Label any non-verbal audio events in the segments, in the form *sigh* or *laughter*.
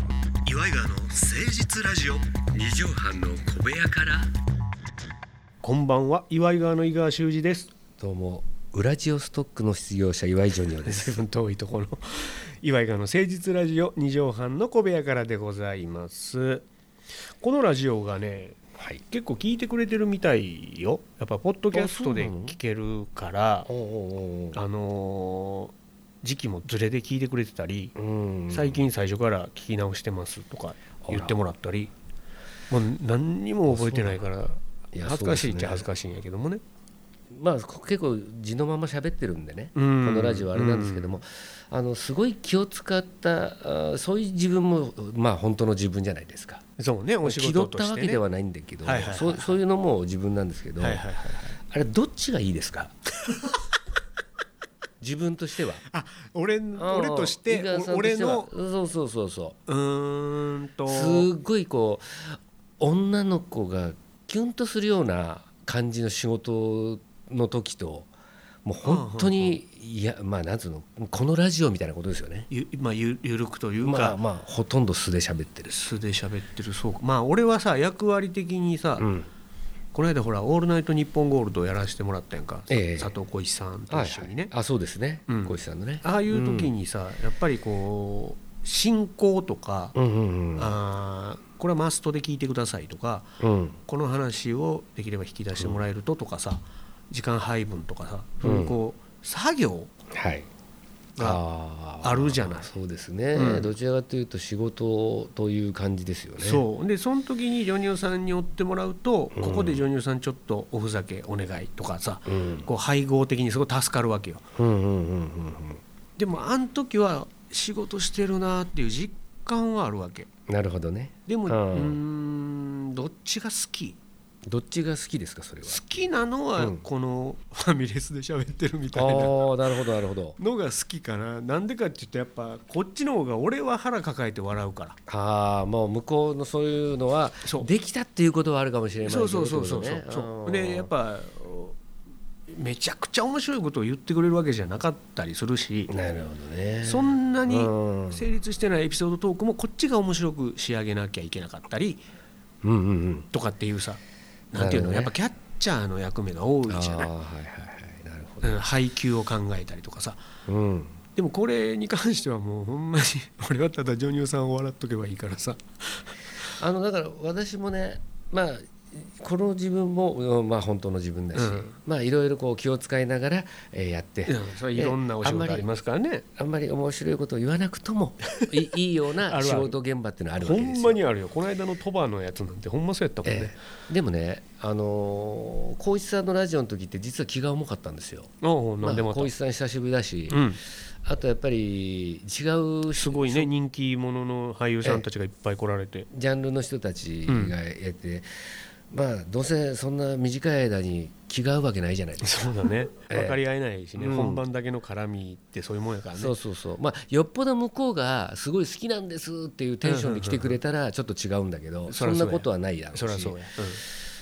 イガーの誠実ラジオ二畳半の小部屋からこんばんは岩井川の井川修司です *laughs* どうもウラジオストックの失業者岩井ジョニオです随分遠いところ岩井川の誠実ラジオ2畳半の小部屋からでございますこのラジオがねはい結構聞いてくれてるみたいよやっぱポッドキャストあでそうなの聞けるからおおあのー時期もずれで聞いてくれてたり、うん最近最初から聞き直してますとか言ってもらったりもう何にも覚えてないからいや恥ずかしいっそちうですねゃ恥ずかしいんやけどもねまあこ結構地のまま喋ってるんでねここのラジオはあれなんですけども、あのすごい気を使ったあーそういう自分もまあ本当の自分じゃないですかそうねお仕気取事っとたしわて、ね、けではないんだけど、はいはいはいはいそうそういうのも自分なんですけど、はいはいはいはいあれどっちがいいですか *laughs* 自分としてはあ俺俺とし井て川さんおと俺してはのそうそうそうそうーんとうすっごいこう女の子がキュンとするような感じの仕事の時ともう本当にいやまあなんつうのこのラジオみたいなことですよねゆ,、まあ、ゆゆるくというか、まあまあほとんど素で喋ってるし、素で喋ってるそうかまあ俺はさ役割的にさ、うん、この間ほら「オールナイトニッポンゴールド」やらせてもらったやんか、ええ佐藤浩市さんと一緒にね、あそうですねうん小石さんのねああいう時にさ、やっぱりこう進行とか、うんうんうんあーこれはマストで聞いてくださいとかうんこの話をできれば引き出してもらえるととかさ、時間配分とかさ、そういうこう作業はいがああるじゃないそうですね、うんどちらかというと仕事という感じですよねそうでその時にジョニオさんに追ってもらうと、ここでジョニオさんちょっとおふざけお願いとかさ、うんこう配合的にすごい助かるわけようんうんうんうんでもあの時は仕事してるなっていう実感はあるわけうんなるほどねでもううーんんどっちが好きどっちが好きですかそれは好きなのはうんこの *laughs* ファミレスで喋ってるみたいなああなるほどなるほどのが好きかななんでかって言うとやっぱこっちの方が俺は腹抱えて笑うからああもう向こうのそういうのはそうできたっていうことはあるかもしれないそうそうそうそうとそいううことそうねあーでやっぱおめちゃくちゃ面白いことを言ってくれるわけじゃなかったりするしなるほどねそんなにうん成立してないエピソードトークもこっちが面白く仕上げなきゃいけなかったりうんうんうんとかっていうさなんていうの、なやるほどっねぱキャッチャーの役目が多いああじゃーはないい、はいはいなるほうん、配給を考えたりとかさどうんでもこれに関してはもうほんまに *laughs* 俺はただジョニオさんを笑っとけばいいからさあのだから私もねまあこの自分も、うんまあ、本当の自分だし、うんまあいろいろこう気を使いながら、えーやって、うんそれいろんなお仕えーあんま事りありますからねあんまり面白いことを言わなくともいいいようあなる仕ある事現場っていうのはあるわほけですよんまにあるよこの間の鳥羽のやつなんてほんまそうやったもんね、ええでもね、あのー、光一さんのラジオの時って実は気が重かったんですよ。おうまなあ、んでもあった光一さん久しぶりだし、うん、あとやっぱり違うすごいね人気者の俳優さんたちがいっぱい来られて、ジャンルの人たちがやって、まあどうせそんな短い間に気が合うわけないじゃないですか。 *laughs* そうだね、 *laughs* ええ分かり合えないしね、うん本番だけの絡みってそういうもんやからねそうそうそうまあよっぽど向こうがすごい好きなんですっていうテンションで来てくれたらちょっと違うんだけどそそらそうんやなことはないだろうしそりゃそうや、 *laughs*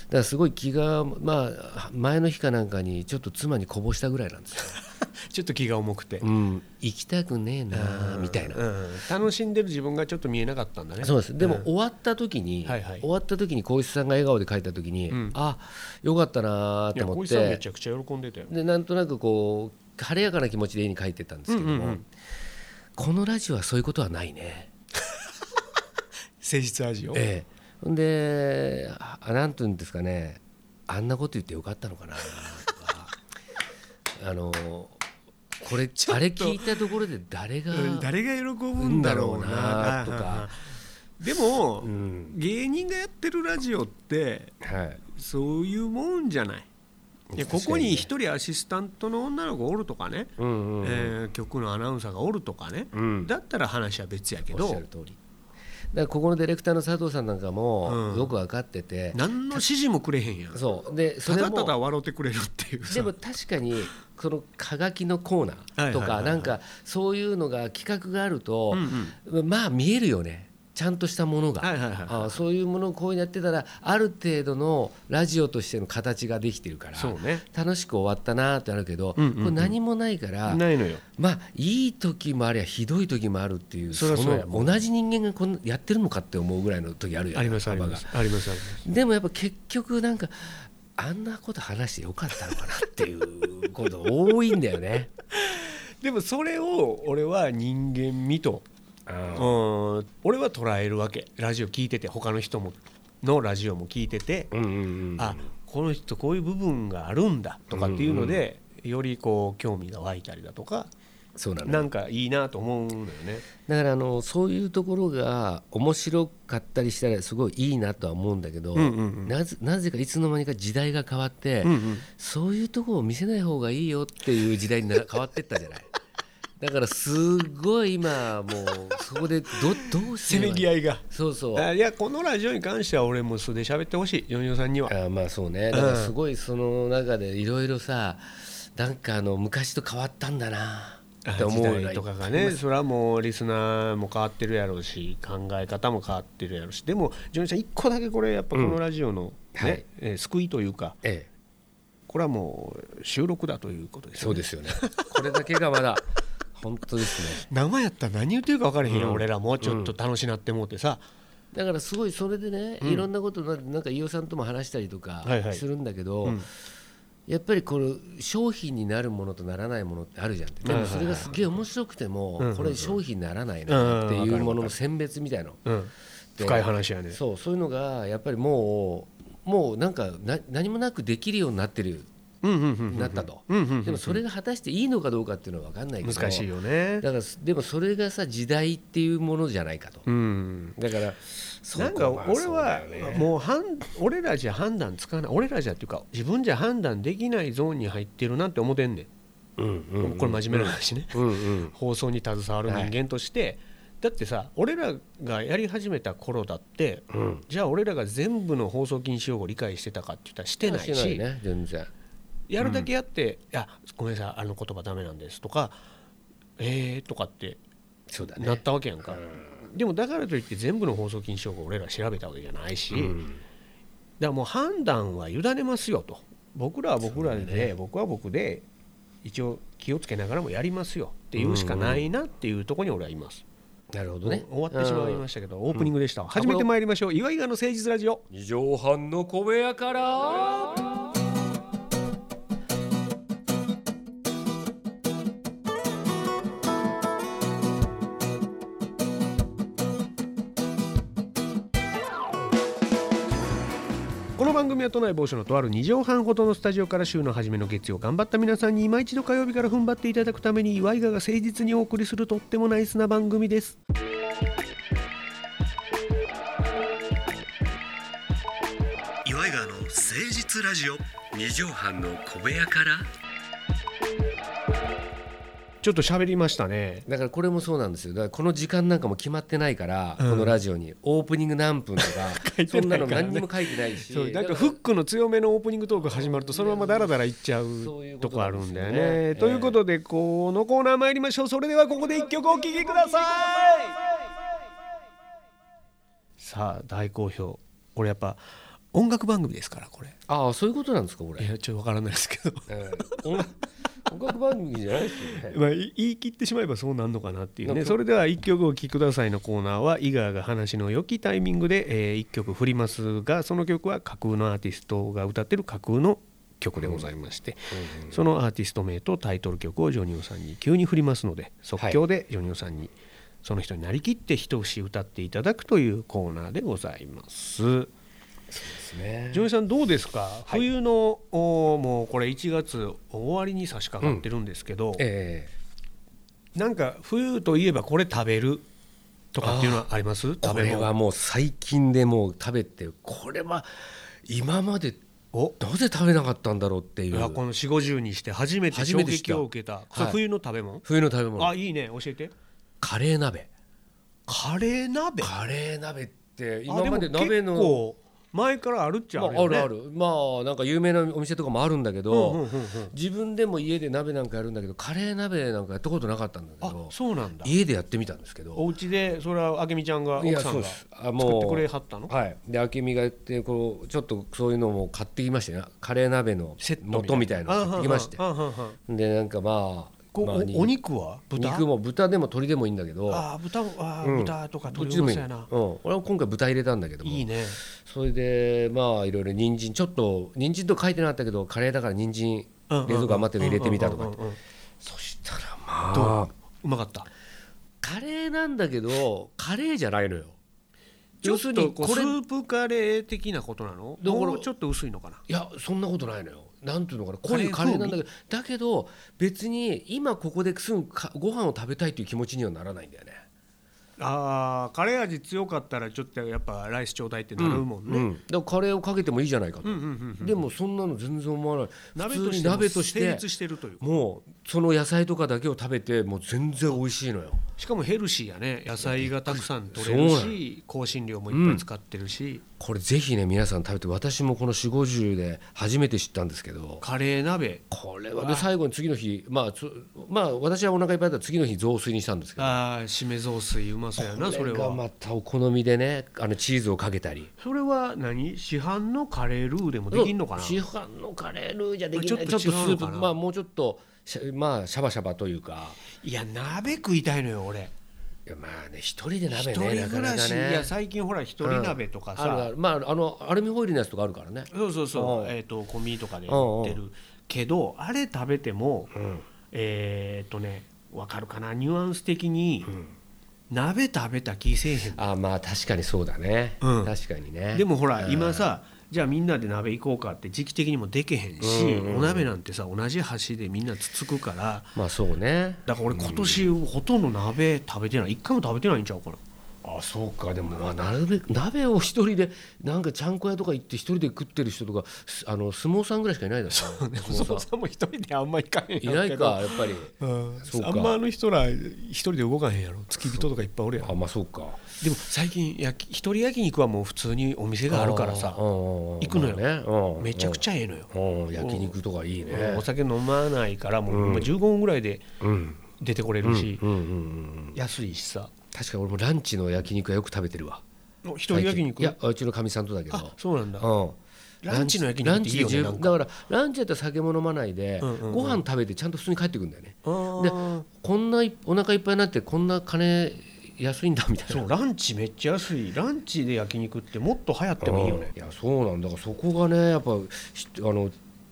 だからすごい気がまあ前の日かなんかにちょっと妻にこぼしたぐらいなんですようんちょっと気が重くて、うん、行きたくねえなあみたいな、うん楽しんでる自分がちょっと見えなかったんだねそうですでもん終わった時に、はいはい終わった時に光一さんが笑顔で帰った時に、うんあよかったなあいとや思小っ石さんめてちゃくちゃ喜んでたよでなんとなくこう晴れやかな気持ちで家に帰ってったんですけども、うんうんうんこのラジオはそういうことはないね。誠実味をええ、であなんていうんですかねあんなこと言ってよかったのかなとか *laughs* あのこれあれ聞いたところで誰が。うん誰が喜ぶんだろううんだろうななとかでも、うん芸人がやってるラジオってはいそういうもんじゃないいやここに一人アシスタントの女の子おるとかね、うんうんうんえー局のアナウンサーがおるとかね、うんだったら話は別やけおっしゃどる通りだからここのディレクターの佐藤さんなんかもうんよく分かってて、何の指示もくれへんやんそうでそたれもだただ笑ってくれるっていうさでも確かにそのかがきのコーナはいはいーとはいはかいなんかそういうのが企画があるとうんまあ見えるよねちゃんとしたものが、はいはいはいあそういうものをこうやってたらある程度のラジオとしての形ができてるからそうね楽しく終わったなーってなるけど、うんうんうんこれ何もないからないのよまあいい時もありゃひどい時もあるっていうそりゃそうやものう同じ人間がこんなやってるのかって思うぐらいの時あるよねありますあり幅まがすありますありますでもやっぱ結局なんかあんなこと話してよかったのかなっていうこと多いんだよね。でもそれを俺は人間味と、 *laughs* うん、俺は捉えるわけラジオ聞いてて他の人ものラジオも聞いてて、うんうんうんあこの人こういう部分があるんだとかっていうので、よりこう興味が湧いたりだとかそうなのなんかいいなと思うのよね。だからあのそういうところが面白かったりしたらすごいいいなとは思うんだけど、うんうんうんなぜなぜかいつの間にか時代が変わって、うんうんそういうところを見せない方がいいよっていう時代にな変わってったじゃない *laughs* だからすごい今もうそこでど *laughs* どうしてせめぎ合い合いがそうそうあいやこのラジオに関しては俺も素で喋ってほしいジョニオさんには。あーまあそうねだからすごいその中でいろいろさなんかあの昔と変わったんだなって思うよう時な代とかがねそれはもうリスナーも変わってるやろうし考え方も変わってるやろうしでもジョニーさん一個だけこれやっぱこのラジオの、ねはいえー救いというかええこれはもう収録だということですそようねですよねこれだけがまだ本当ですね生やったら何言ってるか分からへんよ、俺らもちょっと楽しなってもうてさ、だからすごいそれでね、いろんなことななんか飯尾さんとも話したりとかはいはいするんだけど、うんやっぱりこの商品になるものとならないものってあるじゃんでもそれがすげえ面白くても、うんうんこれ商品にならないなっていうものの選別みたいの、うん深い話やねそうそういうのがやっぱりもうもうなんかな何もなくできるようになってるうんうんうんなったと、うんうんうんでもそれが果たしていいのかどうかっていうのは分かんないけど難しいよねだからでもそれがさ時代っていうものじゃないかと、うんだからなんか俺はもう判俺らじゃ判断つかない俺らじゃっていうか自分じゃ判断できないゾーンに入ってるなって思ってんねん、う、うんうんこれ真面目な話ね、うんうん、放送に携わる人間として、だってさ俺らがやり始めた頃だって、うんじゃあ俺らが全部の放送禁止用語を理解してたかって言ったらしてないしね全然やるだけやって「いやごめんなさいあの言葉ダメなんです」とか「えー」とかってそうだねなったわけやんか、でもだからといって全部の放送禁止用語を俺ら調べたわけじゃないし、だからもう判断は委ねますよと僕らは僕らで、僕は僕で一応気をつけながらもやりますよっていうしかないなっていうところに俺はいます、なるほどね終わってしまいましたけどオープニングでした、初めて参りましょう岩井川の誠実ラジオ二畳半の小部屋からこの番組は都内某所のとある2畳半ほどのスタジオから週の初めの月曜頑張った皆さんに今一度火曜日から踏ん張っていただくために岩井川が誠実にお送りするとってもナイスな番組です岩井川の誠実ラジオ二畳半の小部屋からちょっと喋りましたねだからこれもそうなんですよだからこの時間なんかも決まってないから、うんこのラジオにオープニング何分とか書いてそんなないからねの何にも書いてないしそうなんかフックの強めのオープニングトーク始まるとそのままダラダラいっちゃそういううこととこあるんだよね。なんですよねということでこのコーナー参りましょうそれではここで一曲お聴きくださいさあ大好評これやっぱ音楽番組ですからこれああそういうことなんですかこれい、やちょっとわからないですけどええ音音楽番組じゃないですよねまあい言い切ってしまえばそうなんのかなっていうなんねかそれでは一曲お聴きくださいのコーナーは井川が話の良きタイミングで、えー、一曲振りますがその曲は架空のアーティストが歌ってる架空の曲でございまして、そのアーティスト名とタイトル曲をジョニオさんに急に振りますので即興でジョニオさんにその人になりきって一節歌っていただくというコーナーでございます。ですねジョニオさんどうですか、冬のおーもうこれ1月終わりに差し掛かってるんですけど、えなんか冬といえばこれ食べるとかっていうのはありますえ食こべれ物はもう最近でもう食べてこれは今までおなぜ食べなかったんだろうっていいうやこの4 5 0にして初めて初衝めて知っ撃たを受けたそれはい冬の食べ物、冬の食べあ物いいね教えてカレー鍋カレー鍋カレー鍋ってあ今までも結鍋の構前からあるっちゃまああるあよ、ねるあるまあなんか有名なお店とかもあるんだけど、うんうんうんうん自分でも家で鍋なんかやるんだけどカレー鍋なんかやったことなかったんだけあどそうなんだ家でやってみたんですけどお家でそれはあけみちゃんがい奥やさそんがうで作すあってくれはったのはい、で明美がやってこうちょっとそういうのも買ってきましてねカレー鍋のセット元みたいなの買ってきましてあはんはんはんはんでなんかまあこうまあおにお肉は豚肉も豚でも鶏でもいいんだけどあー豚もあー、うん豚とかどっ鶏ちでももいいそうやのな、うん、俺は今回豚入れたんだけどもいいねそれでまあいろいろ人参ちょっと人参と書いてなかったけどカレーだから人参冷うんうん蔵庫余ってるの入れてみたとかうんうんうんうんそしたらどまあうまかったカレーなんだけどカレーじゃないのよちょ要っするとにこうこスれープカレー的なことなのだからもうちょっと薄いのかないやそんなことないのよなんていうのかなカこうレいーうカレーなんだけどだけど別に今ここですぐかご飯を食べたいという気持ちにはならないんだよねあーカレー味強かったらちょっとやっぱライスちょうだいってなるもんね、うん、だからカレーをかけてもいいじゃないかと、うんうんうんでもそんなの全然思わない鍋普と通しにても鍋とし成て立してるというもうその野菜とかだけを食べてもう全然美味しいのよしかもヘルシーやね野菜がたくさん取れるそうし香辛料もいっぱい使ってるし、これぜひね皆さん食べて私もこの4 5 0で初めて知ったんですけどカレー鍋これはで最後に次の日まあつまあ私はお腹いっぱいだったら次の日雑炊にしたんですけどあー締め雑炊うまそうやなそこれれがはまたお好みでねあのチーズをかけたりそれは何市販のカレールーでもできんのかな市販のカレールーじゃできなちいちょょっとっと違うスのーかなプまあもうちょっとしゃまあシャバシャバというかいや鍋食いたいのよ俺いやまあね一人で一鍋人ねなか暮ならかしいやね最近ほら一人鍋とかあるあさるまああのアルミホイルのやつとかあるからねそうそうそううんえっとコンビニとかで売ってるけどあれ食べてもうんえっとねわかるかなニュアンス的に鍋食べた気せえへんあまあ確かにそうだねうん確かにねでもほらうん今さじゃあみんなで鍋行こうかって時期的にもでけへんしうんうんお鍋なんてさ同じ箸でみんなつつくからまあそうねだから俺今年ほとんど鍋食べてない一回も食べてないんちゃう *laughs* かなあそうかでもまあなるべく鍋を一人でなんかちゃんこ屋とか行って一人で食ってる人とかすあの相撲さんぐらいしかいないだろうね相撲ささんも一人であんま行かへんんいないかやっぱりうんそうかあんまあの人ら一人で動かへんやろ付き人とかいっぱいおるやあろまあそうかでも最近焼き一人焼肉はもう普通にお店があるからさ行行くのよよめちゃくちゃゃええのよ焼肉とかいいねお酒飲まないからもううんほんま15分ぐらいでうん出てこれうんうるんしうんうん安いしさ確かに俺もランチの焼肉はよく食べてるわ一人焼肉いやうちのかみさんとだけどあそうなんだうんランチの焼肉っていいよねなランチんでかだからランチやったら酒も飲まないでうんうんうんご飯食べてちゃんと普通に帰ってくるんだよねあーこんないお腹いっぱいになってこんな金安いんだみたいそなうランチめっちゃ安いランチで焼肉ってもっと流行ってもいいよねうんいやそうなんだからそこがねやっぱしあの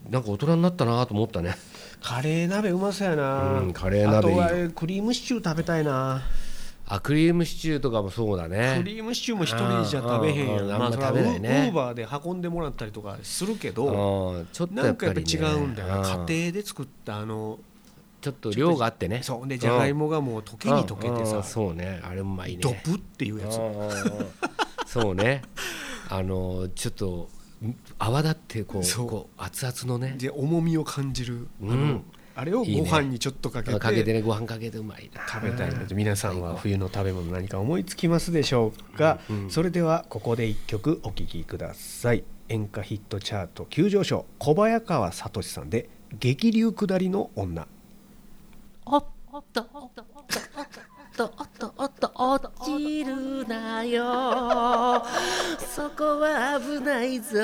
なんか大人になったなと思ったねカレー鍋うまそうやな、うんカレー鍋いいよあとはクリームシチュー食べたいな、 *laughs* あクリームシチューとかもそうだねクリームシチューも一人じゃ食べへんやんうんまあんまあそれはウ食べないねーバーで運んでもらったりとかするけどうんちょっとなやんっかやぱっぱり、ね、違うんだよなうん家庭で作ったあのちょっと量があってねそうほんでじゃがいもがもう溶けに溶けてうんうさんそうねあれうまいねドブっていうやつうんうんうん *laughs* そうねあのちょっとん泡立ってこそううこう熱々のねで重みを感じるあの、うんあれをいいごね飯にちょっとかけてかけてねご飯かけてうまいな食べたいので皆さんは冬の食べ物何か思いつきますでしょうか、それではここで1曲お聴きください演歌ヒットチャート急上昇小早川聡さんで「激流下りの *laughs* 女おっとおっとおっとおっとおっと落ちるなよそこは危ないぞ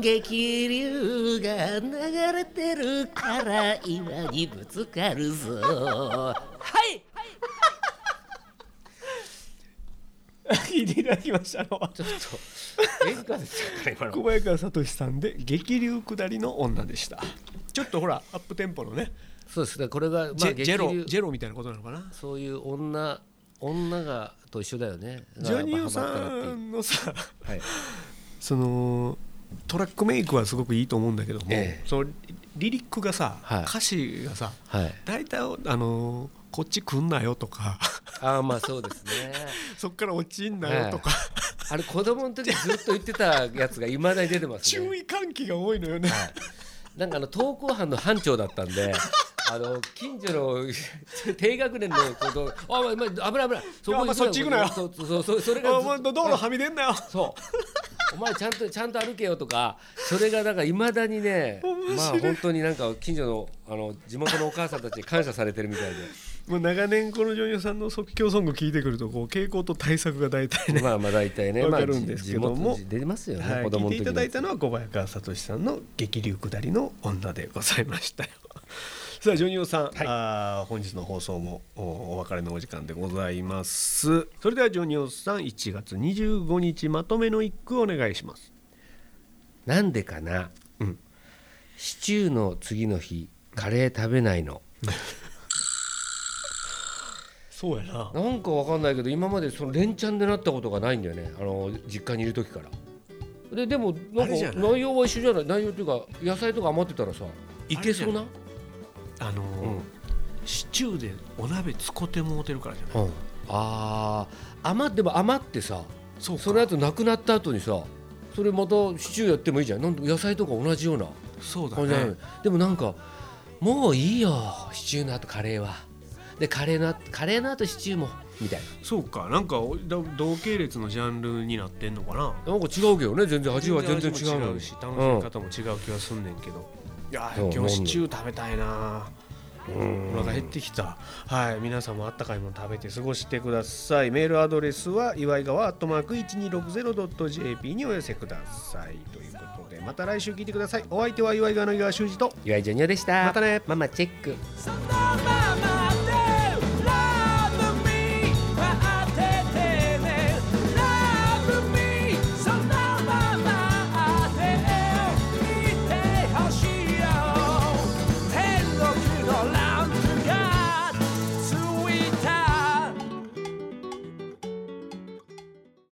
激流が流れてるから岩にぶつかるぞ *laughs* はい」聞いていただきましたのはちょっと演歌ですよね今小の早川聡さんで「激流下りの女」でしたちょっとほらアップテンポのね、そうですねこれが、まあ、ジェジェ激ロ流ジェロみたいなことなのかなそういう女女がと一緒だよねジョニオがやっぱハマったらっていさうんのさ *laughs* はいそのトラックメイクはすごくいいと思うんだけども、ええそのリリックがさ、はい歌詞がさはい大体あのこっち来んなよとか *laughs* ああまあそうですねそっから落ちんなよとか、あれ子供の時ずっと言ってたやつがいまだに出てます *laughs* ね注意喚起が多いのよね、なんかあの登校班の班長だったん *laughs* であの近所の *laughs* 低学年の子と「あお前お前危ない危ないそ *laughs* あお前そっち行くなよそうそうそうそれがおず前道路はみ出んなよそうお前ちゃんとちゃんと歩けよとかそれがなんかいまだにねまあ本当になんか近所のあの地元のお母さんたちに感謝されてるみたい *laughs* もう長年この女優さんの即興ソング聞いてくるとこう傾向と対策が大体でね、まあまあ大体ねわまかあるんですけども地元出てますよね、はい、子供聞のいて時いただいたののは小早川聡さんの「激流下りの女」でございましたよ。 *laughs* さあジョニオさん、あー本日の放送もおお別れのお時間でございます。それではジョニオさん1月25日まとめの一句お願いします。なんでかな、うんシチューの次の日カレー食べないのそうやな。なんかわかんないけど今までその連チャンでなったことがないんだよねあの実家にいる時からででもなあんれじゃかない内容は一緒じゃない内容っていうか野菜とか余ってたらさいけそうなあのーうんシチューでお鍋使ってもうてるからじゃない。うんあー余っでも余ってさそうその後なくなった後にさそれまたシチューやってもいいじゃんなんで野菜とか同じようなそう感じなのにでもなんかもういいよシチューの後カレーはでカレーの後カレーの後シチューもみたいそうかなんかおだ同系列のジャンルになってんのかなななんか違うけどね全然味は全然違う味のもにし楽しみ方も違う気がすんねんけど、いやそうー今日シ飲んでチュー食べたいなお腹減ってきたはい皆さんもあったかいもの食べて過ごしてくださいメールアドレスは祝いがわ 1260.jp にお寄せくださいということでまた来週聞いてくださいお相手は祝いがわの井川修司と岩井ジョニオでしたまたねママチェック Santa Mama.